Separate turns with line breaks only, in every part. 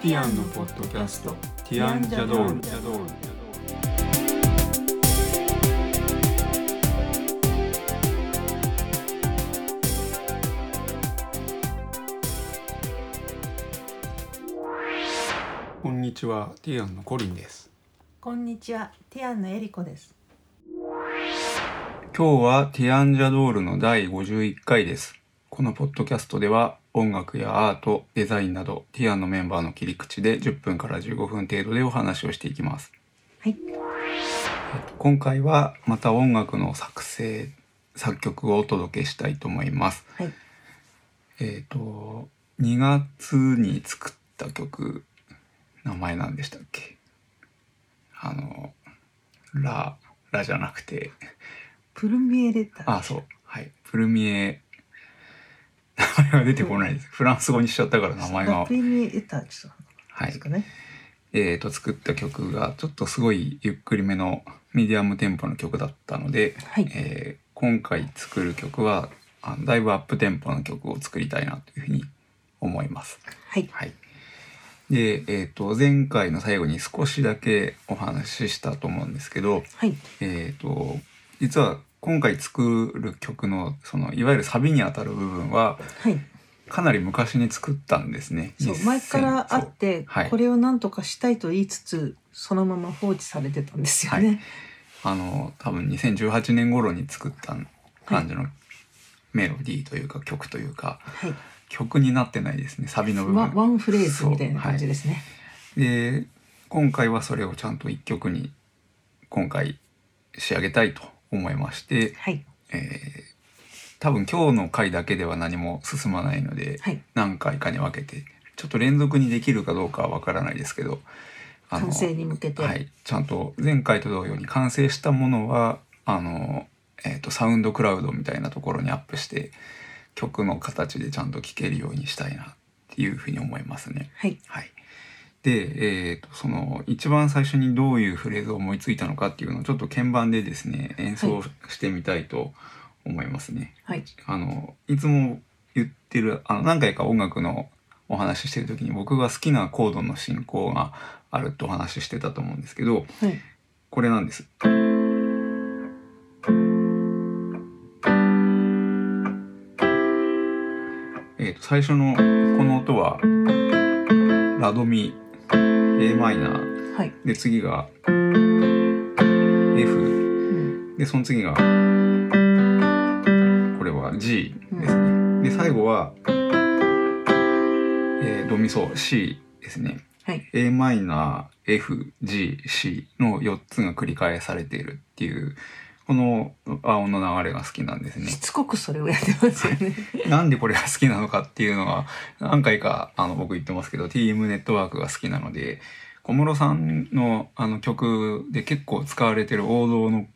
ッドキャスト「ティアンジャドール」こんにちはティアンのコリンです
こんにちは、ティアンのエリコです。
今日はティアンジャドールの第51回です。このポッドキャストでは音楽やアート、デザインなどティアンのメンバーの切り口で10分から15分程度でお話をしていきます。
はい。
今回はまた音楽の作成、作曲をお届けしたいと思います。
はい。
えっ、と、2月に作った曲、名前何でしたっけあの、ラ、ラじゃなくて、
プルミエレタ。
あ、そう。はい。プルミエ。名前が出てこないです。フランス語にしちゃったから名前が
プ。ルミエタチさん
は
です
い。
かね。
えっ、と、作った曲が、ちょっとすごいゆっくりめのミディアムテンポの曲だったので、
はい。
えー今回作る曲はあのだいぶアップテンポの曲を作りたいなというふうに思います。
はい。
はい。で、えっ、と、前回の最後に少しだけお話ししたと思うんですけど、
はい。
えー、と実は今回作る曲のそのいわゆるサビにあたる部分は
はい。
かなり昔に作ったんですね。
そう、
2000
前からあって、
はい
これを何とかしたいと言いつつ、そのまま放置されてたんですよね。
そうあの多分2018年頃に作った感じのメロディーというか曲というか
はい。
曲になってないですねサビの部
ワンワ
分。
ンフレーズみたいな感じですね。
で今回はそれをちゃんと一曲に今回仕上げたいと思いまして、
はい。
えー多分今日の回だけでは何も進まないので、
はい。
何回かに分けてちょっと連続にできるかどうかは分からないですけどあの
完成に向けて。
は。い、ちゃんと前回と同様に完成したものはあの、えー、とサウンドクラウドみたいなところにアップして曲の形でちゃんと聴けるようにしたいなっていうふうに思いますね。
はい。
はい、で、えー、とその一番最初にどういうフレーズを思いついたのかっていうのをちょっと鍵盤でですね演奏してみたいと思いますね。
はい。
あのいつも言ってるあの何回か音楽のお話ししてる時に僕が好きなコードの進行があるとお話ししてたと思うんですけど
はい。
これなんです。えー、と最初のこの音はラドミ a マイナー
はい。
で次が F
うん。
でその次がこれは G ですね、で最後は、えードミソ C ですね
はい。
AmFGC の4つが繰り返されているっていうこの和音の流れが好きなんですね
しつこくそれをやってますよ ね。
なんでこれが好きなのかっていうのが何回かあの僕言ってますけど TM ネットワークが好きなので小室さんのあの曲で結構使われてる王道の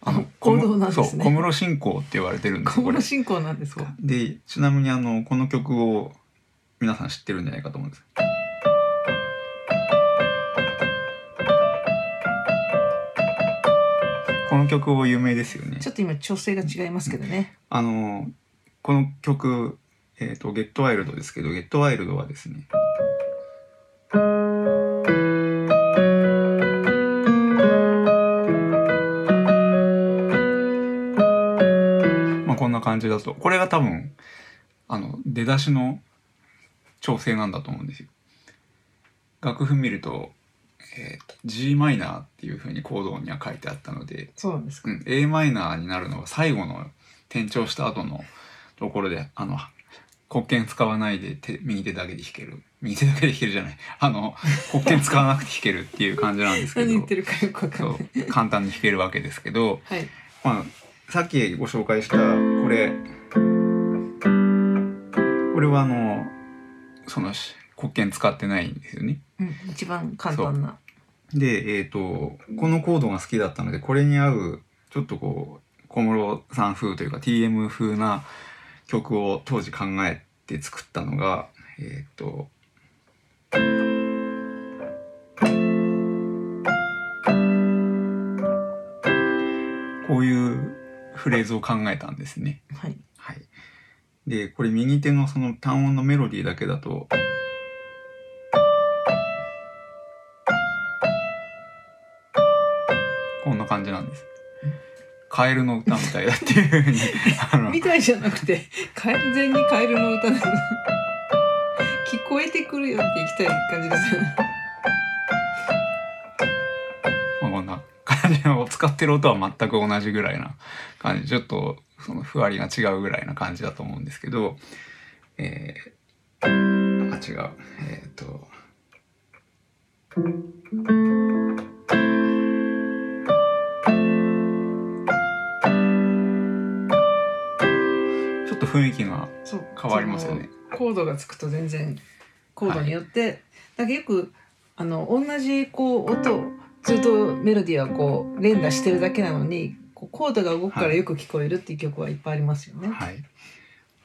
あの
王道なんですね
そう小室進行って言われてるんです
小
よこれ
室。進行なんです
そう
か。
でちなみにあのこの曲を皆さん知ってるんじゃないかと思うんです。この曲を有名ですよね
ち。ょっと今調整が違いますけどね。
あのこの曲、えーと「ゲットワイルド」ですけど「ゲットワイルド」はですねまあこんな感じだとこれが多分あの出だしの調整なんだと思うんですよ。楽譜見ると,、えーと g マイナーっていうふうにコードには書いてあったので
そうなんですか。
うん、a マイナーになるのは最後の転調した後のところであの黒鍵使わないで手右手だけで弾ける右手だけで弾けるじゃない あの黒鍵使わなくて弾けるっていう感じなんですけ
何言
ど
ってるかよくわかんない。
そう簡単に弾けるわけですけど、
はい。
まあ、さっきご紹介したこれこれはあのそのし黒鍵使ってないんですよね。
うん、一番簡単な。
で、えっ、と、このコードが好きだったので、これに合う、ちょっとこう、小室さん風というか TM 風な曲を当時考えて作ったのが、えっ、と、こういうフレーズを考えたんですね。
はい。
はい。で、これ右手のその単音のメロディーだけだと、こんな感じなんです。カエルの歌みたいだっていうふうにあの
みたいじゃなくて完全にカエルの歌なの聞こえてくるよっていきたい感じですよね
まあ、こんな感じの使ってる音は全く同じぐらいな感じちょっとそのふわりが違うぐらいな感じだと思うんですけどえー、あ違うえーっ、とちょっと雰囲気が
そう
変わりますよね
そのコードがつくと全然コードによって、だけどよくあの同じこう音をずっとメロディーはこう連打してるだけなのにこうコードが動くから
はい
よく聞こえるっていう曲はいっぱいありますよね。
はい、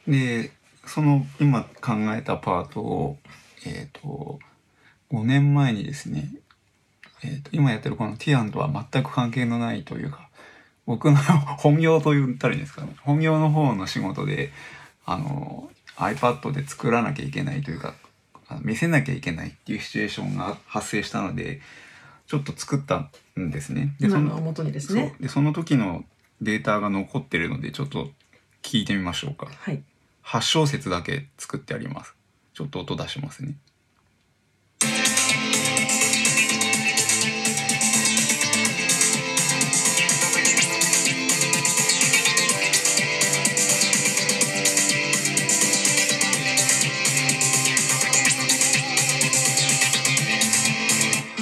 でその今考えたパートをえっ、と5年前にですね、えー、と今やってるこの「ティアン」とは全く関係のないというか僕の 本業と言ったらいいんですかね本業の方の仕事であの iPad で作らなきゃいけないというかあの見せなきゃいけないっていうシチュエーションが発生したのでちょっと作ったんですね。でそ
今
の
のを元にですね
そ。うでその時のデータが残ってるのでちょっと聞いてみましょうか
はい。
8小節だけ作ってありますちょっと音出しますね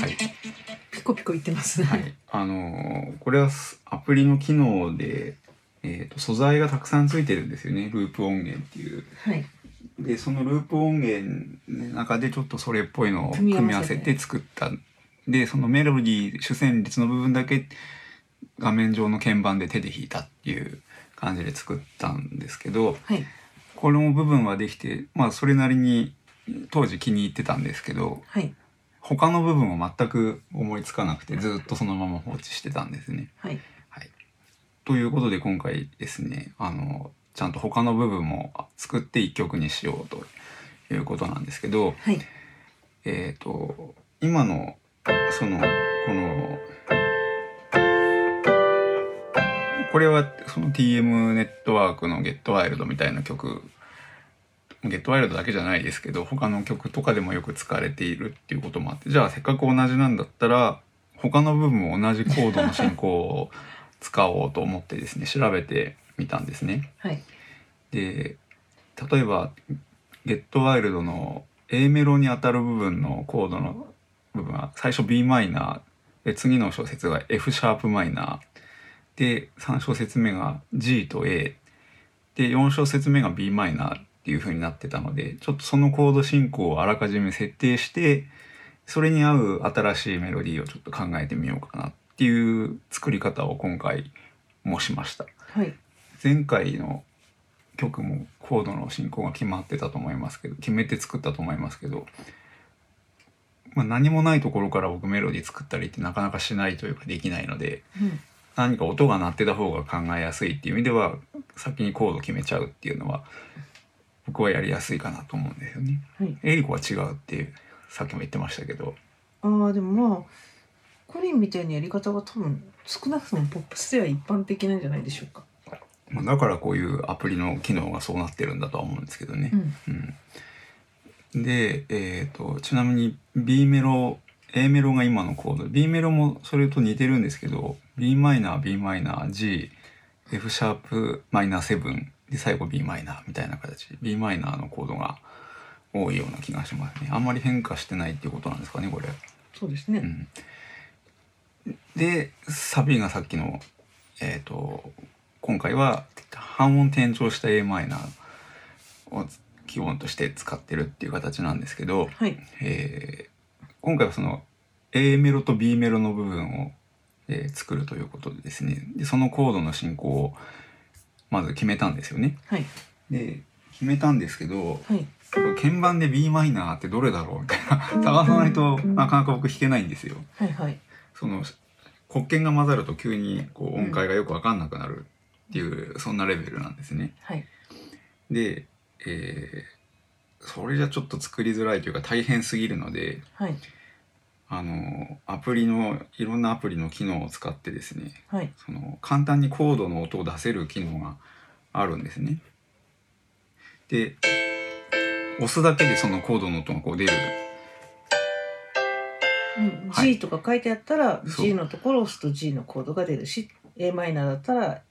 はい
ピコピコ言ってますね。
はい、あのーこれはすアプリの機能で、えー、と素材がたくさんついてるんですよねループ音源っていう
はい。
でそのループ音源の中でちょっとそれっぽいのを組
組み合わせて
み合わせて作ったでそのメロディー主旋律の部分だけ画面上の鍵盤で手で弾いたっていう感じで作ったんですけど
はい。
この部分はできてまあそれなりに当時気に入ってたんですけど
はい。
他の部分は全く思いつかなくてずっとそのまま放置してたんですね。
はい。
ということで今回ですねあのちゃんと他の部分も作って一曲にしようということなんですけど
はい。
えっ、と今のそのこのこれはその TM ネットワークの「ゲットワイルドみたいな曲「ゲットワイルドだけじゃないですけど他の曲とかでもよく使われているっていうこともあってじゃあせっかく同じなんだったら他の部分も同じコードの進行を使おうと思ってですね調べてみたんですね。
はい。
で例えば「ゲットワイルドの A メロに当たる部分のコードの部分は最初 b マイナーで次の小節が f シャープマイナーで3小節目が G と A で4小節目が b マイナーっていう風になってたのでちょっとそのコード進行をあらかじめ設定してそれに合う新しいメロディーをちょっと考えてみようかなっていう作り方を今回もしました。
はい。
前回の曲もコードの進行が決まってたと思いますけど決めて作ったと思いますけど、まあ、何もないところから僕メロディー作ったりってなかなかしないというかできないので
うん。
何か音が鳴ってた方が考えやすいっていう意味では先にコード決めちゃうっていうのは僕はやりやすいかなと思うんですよね。
はい。
エリコは違うっていうさっきも言ってましたけど
ああ、でもまあ。コリンみたいなやり方が多分少なくともポップスでは一般的なんじゃないでしょうか。
まあだからこういうアプリの機能がそうなってるんだとは思うんですけどね。
うん。
うん、で、えー、とちなみに B メロ A メロが今のコード B メロもそれと似てるんですけど b マイナー b マイナー g f シャープマイナー7で最後 b マイナーみたいな形 b マイナーのコードが多いような気がしますねあんまり変化してないっていうことなんですかねこれ。
そうですね。
うん、でサビがさっきのえっ、と今回は半音転調した a マイナーを基本として使ってるっていう形なんですけど、
はい。
えー今回はその A メロと B メロの部分を、えー作るということでですねでそのコードの進行をまず決めたんですよね。
はい。
で決めたんですけど
はい。
鍵盤で b マイナーってどれだろうみたいな探さないとなかなか僕弾けないんですよ。
はい。はい。
その黒鍵が混ざると急にこう音階がよく分かんなくなるっていう、そんなレベルなんですね。
はい。
で、えーそれじゃちょっと作りづらいというか大変すぎるので
はい。
あのアプリのいろんなアプリの機能を使ってですね
はい
その簡単にコードの音を出せる機能があるんですね。で押すだけでそのコードの音がこう出る。
うん
はい
G とか書いてあったら
そう
G のところを押すと G のコードが出るし a マイナーだったら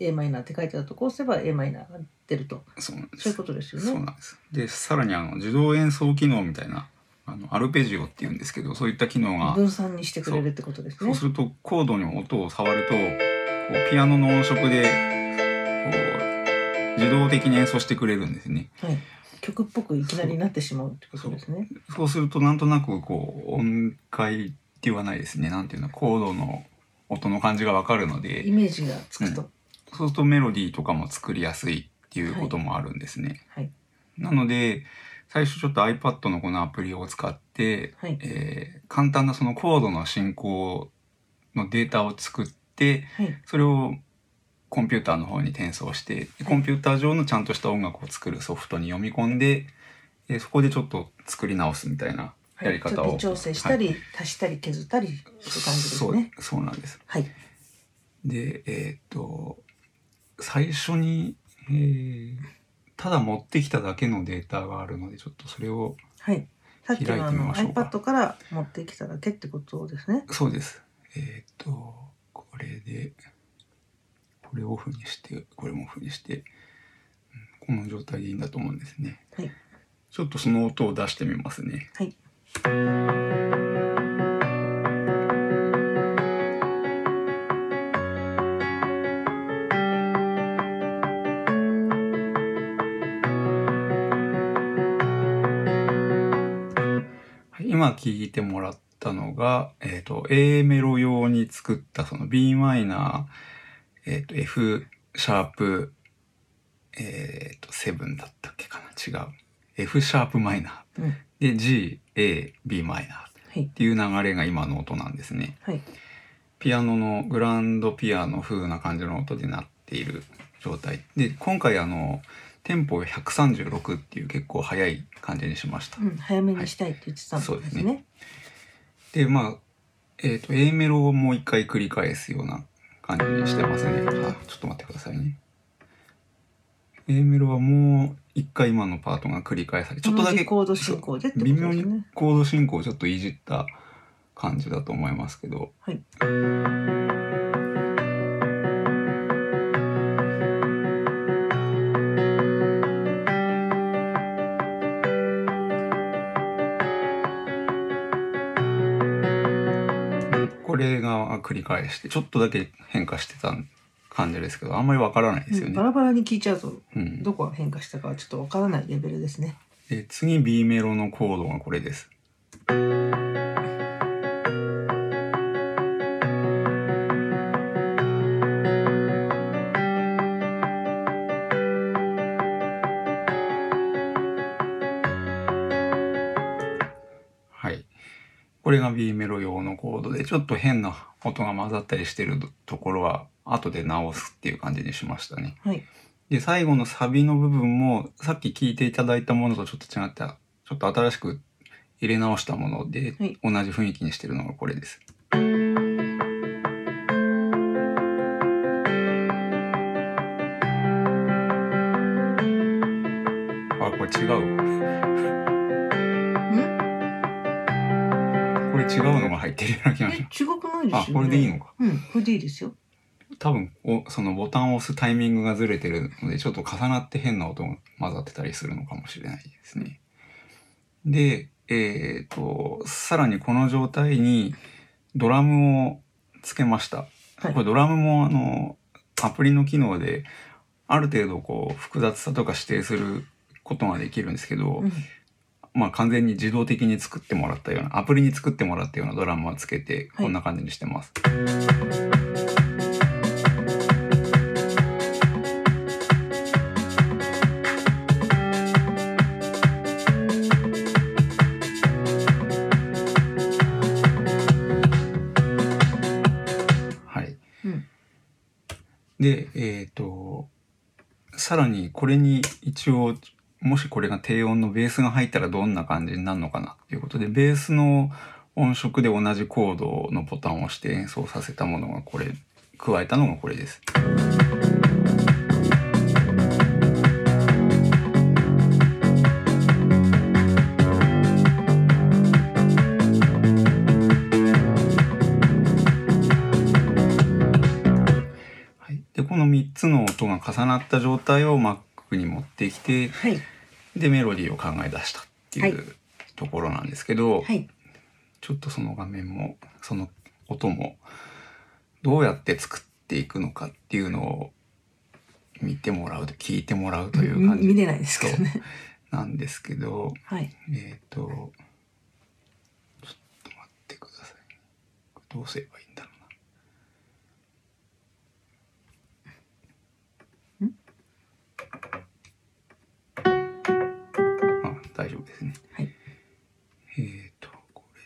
a マイナーって書いてあるとこ押せば a マイナーが出ると
そうなんです
そういうことですよ
そう
ね。
なんです。で、さらにあの自動演奏機能みたいな、あのアルペジオっていうんですけど、そういった機能が、
分散にしてくれるってことです
そう
ね
す。るとコードに音を触ると、こうピアノの音色で、こう自動的に演奏してくれるんですね。
はい、曲っぽくいきなりなってしまうってことですね。
そうするとなんとなくこう音階って言わないですね。なんていうの、コードの音の感じがわかるの
イ
で、
メージがつくと、
そうするとメロディーとかも作りやすいっていうこともあるんですね。
はい
なので、最初ちょっと iPad のこのアプリを使って、
はい
えー簡単なそのコードの進行のデータを作って
はい
それをコンピューターの方に転送してコンピューター上のちゃんとした音楽を作るソフトに読み込んで、えーそこでちょっと作り直すみたいなやり
ち
方
ょっ
を、
と調整したり、足したり削ったりって感じですね。
そうそうなんです
はい
でえーっと最初に、えーただ持ってきただけのデータがあるのでちょっとそれを
はい。さっきのあ
開いてみ
の
ましょうか
iPad から持ってきただけってことですね。
そうです。えっ、と、これで、これをオフにして、これもオフにして、うんこの状態でいいんだと思うんですね。
はい
ちょっとその音を出してみますね。
はい
はい今聞いてもらったのが、えっ、と、A メロ用に作ったその b マイナー、えっ、と、F シャープ、えっ、と、7だったっけかな違う。F シャープマイナ
うんは
ー。で、G、A、B マイナーっ
い
ていう流れが今の音なんですね。
はい
ピアノのグランドピアノ風な感じの音になっている状態で今回あのテンポを136っていう結構速い感じにしました、
うん早めにしたいって言ってたもんです
はい
ね。
でまあ、えー、と A メロをもう一回繰り返すような感じにしてますねあちょっと待ってくださいね A メロはもう一回今のパートが繰り返されちょっとだ
同
け
じコード進行でってことで
微
すね
妙にコード進行をちょっといじった感じだと思いますけど、
はい
これが繰り返してちょっとだけ変化してた感じですけどあんまりわからないですよ
うん
ね
バ。ラバラに聞いちゃうと
うん
どこが変化したかはちょっとわからないレベルですね。
で次 B メロのコードがこれです。はい。これが B メロ用のコードでちょっと変な音が混ざったりしてるところは後で直すっていう感じにしましたね。
はい
で最後のサビの部分もさっき聞いていただいたものとちょっと違ったちょっと新しく入れ直したもので、
はい
同じ雰囲気にしてるのがこれです。あこれ違う
うん
これ違うのが入ってるような気
え
がしま
違くないですよね。
あこれでいいのか。
うんこれでいいですよ。
す多分おそのボタンを押すタイミングがずれてるのでちょっと重なって変な音が混ざってたりするのかもしれないですね。でえっとさらにこの状態にドラムをつけました。
はい
これドラムもあのアプリの機能である程度こう複雑さとか指定することができるんですけど、
うん
まあ完全に自動的に作ってもらったようなアプリに作ってもらったようなドラムをつけて
はい
こんな感じにしてます。はい
うん
でえっ、とさらにこれに一応もしこれが低音のベースが入ったらどんな感じになるのかなっていうことでベースの音色で同じコードのボタンを押して演奏させたものがこれ加えたのがこれです。はい、でこの3つの音が重なった状態を Mac に持ってきて
はい
でメロディーを考え出したっていう、
は
ところなんですけど、
はい
ちょっとその画面もその音もどうやって作っていくのかっていうのを見てもらうと聞いてもらうという感
み見
じ
れないですけどね
なんですけど
はい
えっ、とちょっと待ってくださいねこれどうすればいいんだろうな。あ大丈夫ですね。
はい
えっ、と、これ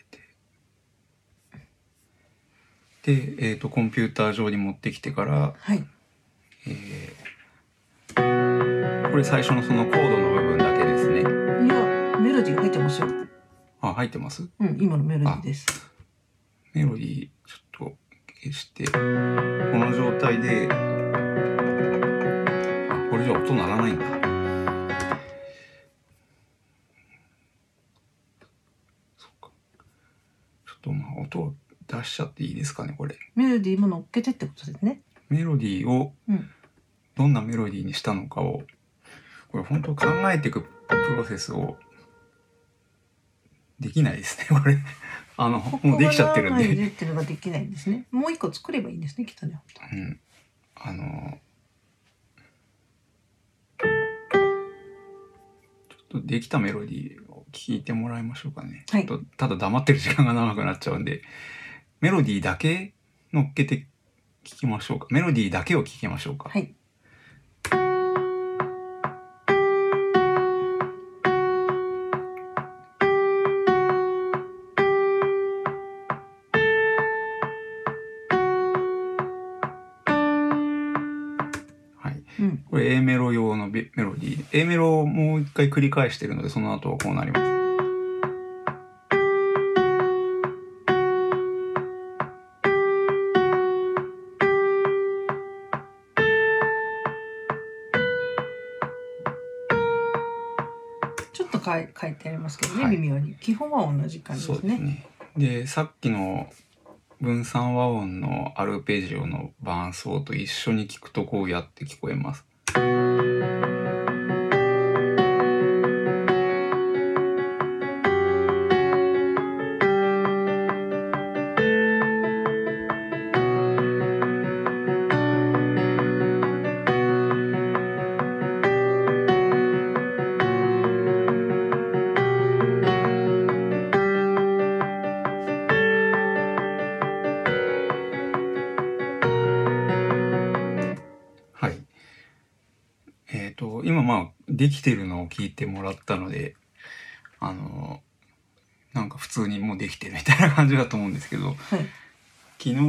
で。で、えっ、と、コンピューター上に持ってきてから、
はい
えーこれ最初のそのコードの部分だけですね。
いやメロディー入ってますよ
あ、入ってます
うん今のメロディーです
メロディー、ちょっと消して、この状態で、あ、これじゃ音鳴らないんだ。そっか。ちょっとまあ音を出しちゃっていいですかね、これ。
メロディーも乗っけてってことですね
メロディーを
うん
どんなメロディーにしたのかをこれ本当考えていくプロセスをできないですねこれ あのもうできちゃってるん
ここが長い
で、
ねっていうのができないんですねもう一個作ればいいんですねきっとね
うん、あのちょっとできたメロディーを聞いてもらいましょうかね、
はい
ちょっとただ黙ってる時間が長くなっちゃうんでメロディーだけ乗っけて聞きましょうかメロディーだけを聞きましょうか
はい
はい
うん
これ A メロ用のビメロディー。A メロをもう一回繰り返してるので、その後はこうなります。
ちょっとかい書いてありますけどね、
はい
微妙に基本は同じ感じですね
ね。で、さっきの分散和音のアルペジオの伴奏と一緒に聞くとこうやって聞こえます。はい。えっ、と、今まあ、できてるのを聞いてもらったので、あの、なんか普通にもうできてるみたいな感じだと思うんですけど、
はい
昨日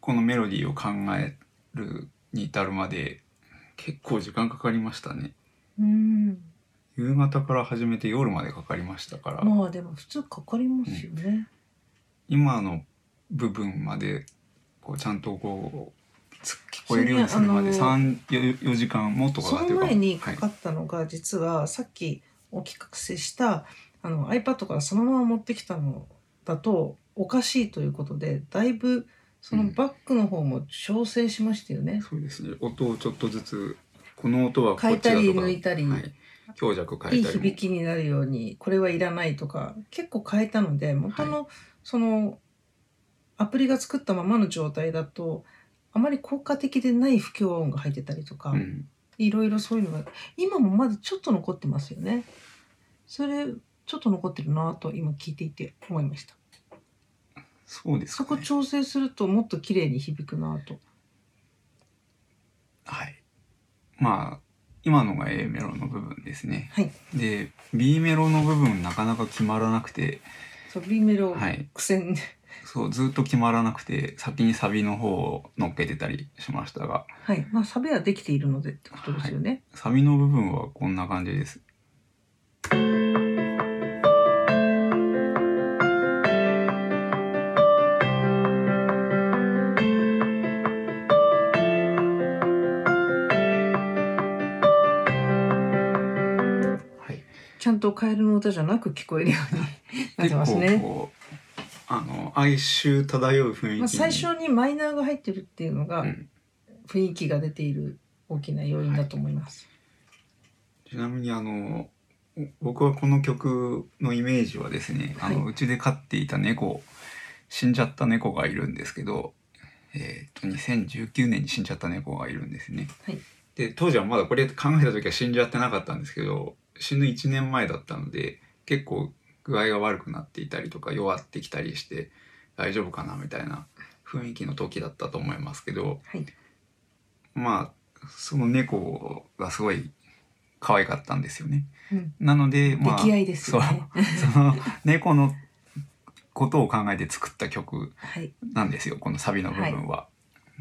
このメロディーを考えるに至るまで結構時間かかりましたね
うん
夕方から始めて夜までかかりましたから、
まあでも普通かかりますよね、
今の部分までこうちゃんとこうつ聞こえ
そ
る
れ
ようにするま
あ
で
の
34時間もっとか
そ
かっ
の
てるかも
前にか
はい
かったのが実はさっきお聞かせしたあの iPad からそのまま持ってきたのだとおかしいということでだいぶそのバックの方も調整しましたよね、
そうですね音をちょっとずつこの音はこっ
変え
ちだ
たり
とか
抜いたり、
はい、強弱変
い
え
い
たりも
響きになるようにこれはいらないとか結構変えたので元のそのアプリが作ったままの状態だとあまり効果的でない不協和音が入ってたりとか、
うん、
いろいろそういうのが今もまだちょっと残ってますよね。それちょっと残ってるなと今聞いていて思いました。
そうです
そ
か、
こ
ね、
調整するともっと綺麗に響くなと。
はいまあ今のが A メロの部分ですね
はい。
で B メロの部分なかなか決まらなくて、
そう B メロ
はい、
苦戦で、
そうずっと決まらなくて先にサビの方を乗っけてたりしましたが
はい、まあサビはできているのでってことですよね。
サビの部分はこんな感じです。
とカエルの歌じゃなく聞こえるようになっ
結
てます
構
ね。
こうあの哀愁漂う雰囲気に、
まあ、最初にマイナーが入ってるっていうのが
うん
雰囲気が出ている大きな要因だと思います。
ちなみにあのお僕はこの曲のイメージはですねあの
は
うちで飼っていた猫死んじゃった猫がいるんですけど、えー、と2019年に死んじゃった猫がいるんですね。
はい
で当時はまだこれ考えた時は死んじゃってなかったんですけど死ぬ1年前だったので結構具合が悪くなっていたりとか弱ってきたりして大丈夫かなみたいな雰囲気の時だったと思いますけど、
はい
まあその猫がすごい可愛かったんですよね。
うん
なので、まあ、
溺愛ですよね。
そうその猫のことを考えて作った曲
はい、
なんですよこのサビの部分は。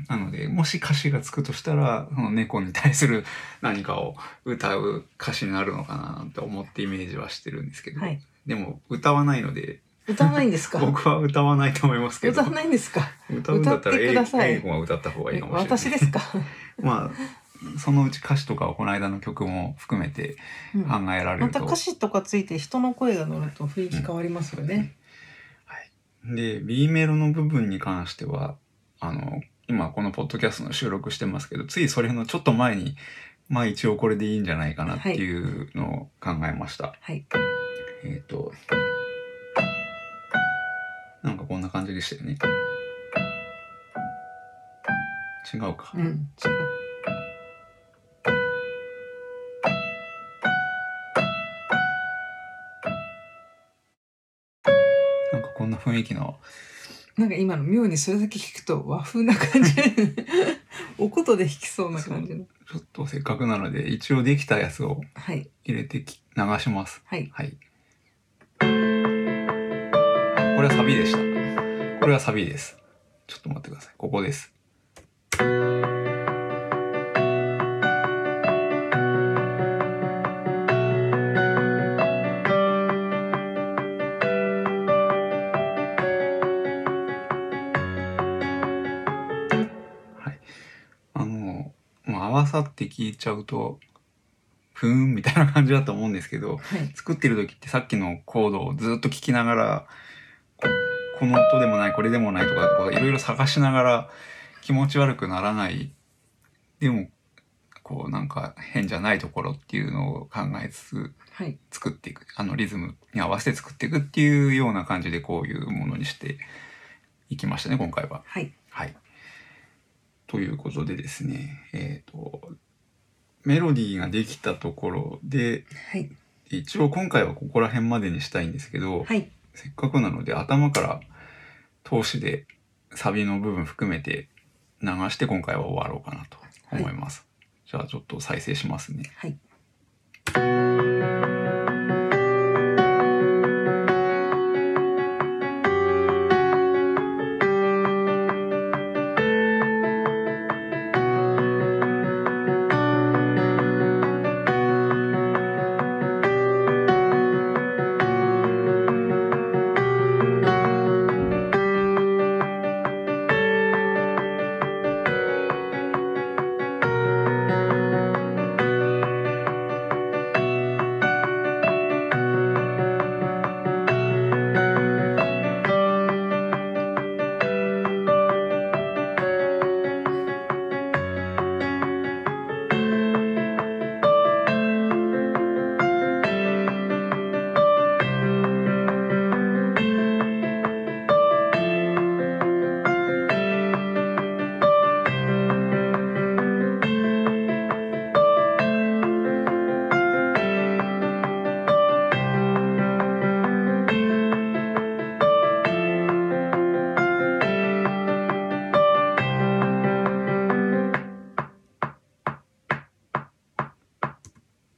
なのでもし歌詞がつくとしたらその猫に対する何かを歌う歌詞になるのかななんて思ってイメージはしてるんですけど、
はい、
でも歌わないので
歌わないんですか。
僕は歌わないと思いますけど
歌わないんですか。
歌うんだったら
歌ってください
英語は歌った方がいいかもしれない
私ですか。
まあそのうち歌詞とかをこの間の曲も含めて
うん
考えられ
ま
ると、
た歌詞とかついて人の声が乗ると雰囲気変わりますよね。
はい、で B メロの部分に関してはあの今このポッドキャストの収録してますけどついそれのちょっと前にまあ一応これでいいんじゃないかなっていうのを考えました、
はい。
えっ、となんかこんな感じでしたよね違うか、
うん。違う
なんかこんな雰囲気の
なんか今の妙にそれだけ聞くと和風な感じ。 お琴で弾きそうな感じの。
ちょっとせっかくなので一応できたやつを
はい。
入れてき流します
はい。
はい。これはサビでした。これはサビです。ちょっと待ってください。ここです。はい。あの、もう合わさって聞いちゃうと、ふーんみたいな感じだと思うんですけど、
はい。
作ってる時ってさっきのコードをずっと聞きながらここの音でもないこれでもないとかこういろいろ探しながら気持ち悪くならないでもこうなんか変じゃないところっていうのを考えつつ
はい。
作っていくあのリズムに合わせて作っていくっていうような感じでこういうものにしていきましたね今回は。
はい。
はい。ということでですねえっ、とメロディーができたところで
はい。
一応今回はここら辺までにしたいんですけど、
はい。
せっかくなので頭から通しでサビの部分含めて流して今回は終わろうかなと思います、じゃあちょっと再生しますね
はい。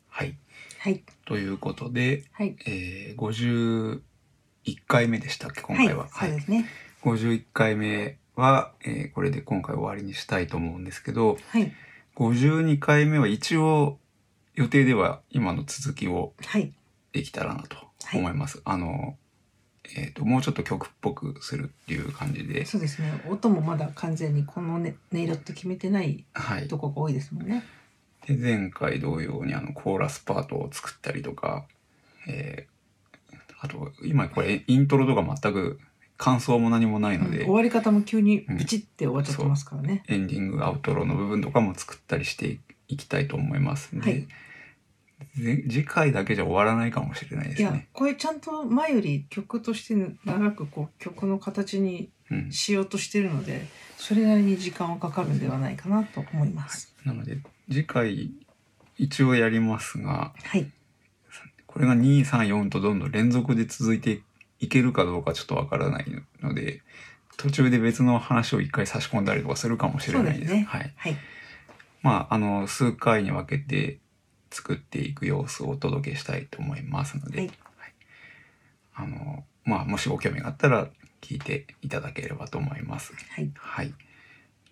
はい
はい。
ということで、
はい。
えー、51回目でしたっけ今
はい。
回は、
そうですね。
51回目は、えーこれで今回終わりにしたいと思うんですけど
はい。
52回目は一応予定では今の続きを
はい。
できたらなと思います。あの、えっ、と、もうちょっと曲っぽくするっていう感じで、
そうですね。音もまだ完全にこのね音色って決めてない
はい。で
とこが多いですもんね。
前回同様にあのコーラスパートを作ったりとか、えーあと今これイントロとか全く感想も何もないので、
終わり方も急にピチって終わっちゃってますからね。
エンディングアウトローの部分とかも作ったりしていきたいと思いますんで、
はい
ぜ次回だけじゃ終わらないかもしれないで
い
す
や
ね。
これちゃんと前より曲として長くこう曲の形に
うん、
しようとしてるのでそれなりに時間はかかるんではないかなと思います。
なので次回一応やりますが
はい、
これが234とどんどん連続で続いていけるかどうかちょっとわからないので途中で別の話を一回差し込んだりとかするかもしれない
そう
で。
ですすね
はい
はい、
まあ、あの数回に分けて作っていく様子をお届けしたいと思いますので、
はい
はいあのまあ、もしご興味があったら聞いていただければと思います。
はい、
はい、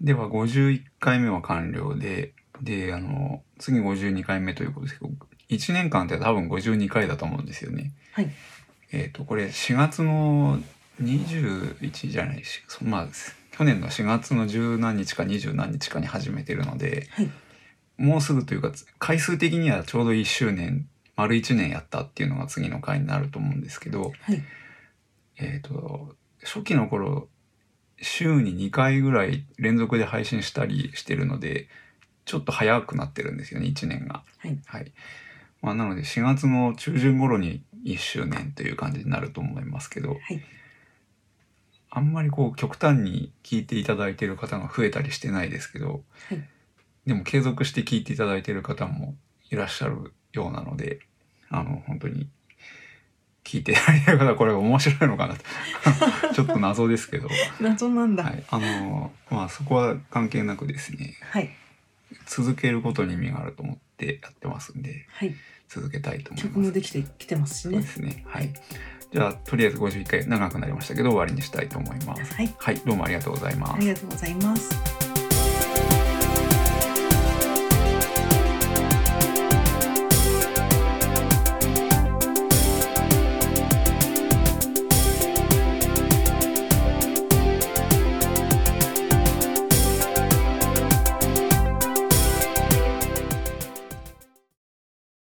では51回目は完了でであの次52回目ということですけど1年間って多分52回だと思うんですよね。
はい
えっ、とこれ4月の21じゃないし、そまあ、去年の4月の十何日か二十何日かに始めてるので、
はい
もうすぐというか回数的にはちょうど1周年丸1年やったっていうのが次の回になると思うんですけど、
はい、
えー、と初期の頃週に2回ぐらい連続で配信したりしてるのでちょっと早くなってるんですよね1年が。
はい
まあ、なので4月の中旬頃に1周年という感じになると思いますけど
はい、
あんまりこう極端に聞いていただいてる方が増えたりしてないですけど、
はい
でも継続して聞いていただいてる方もいらっしゃるようなのであの本当に聞いていただいてる方これ面白いのかな とちょっと謎ですけど、は
謎なんだ。はい、
い、あのまあそこは関係なくですね
はい、
続けることに意味があると思ってやってますんで続けたいと思います。
曲もできてきてますし
そうで
ね。
すね。はい。じゃあとりあえず51回長くなりましたけど終わりにしたいと思います。
はい、
はい、どうもありがとうございます
あ。りがとうございます。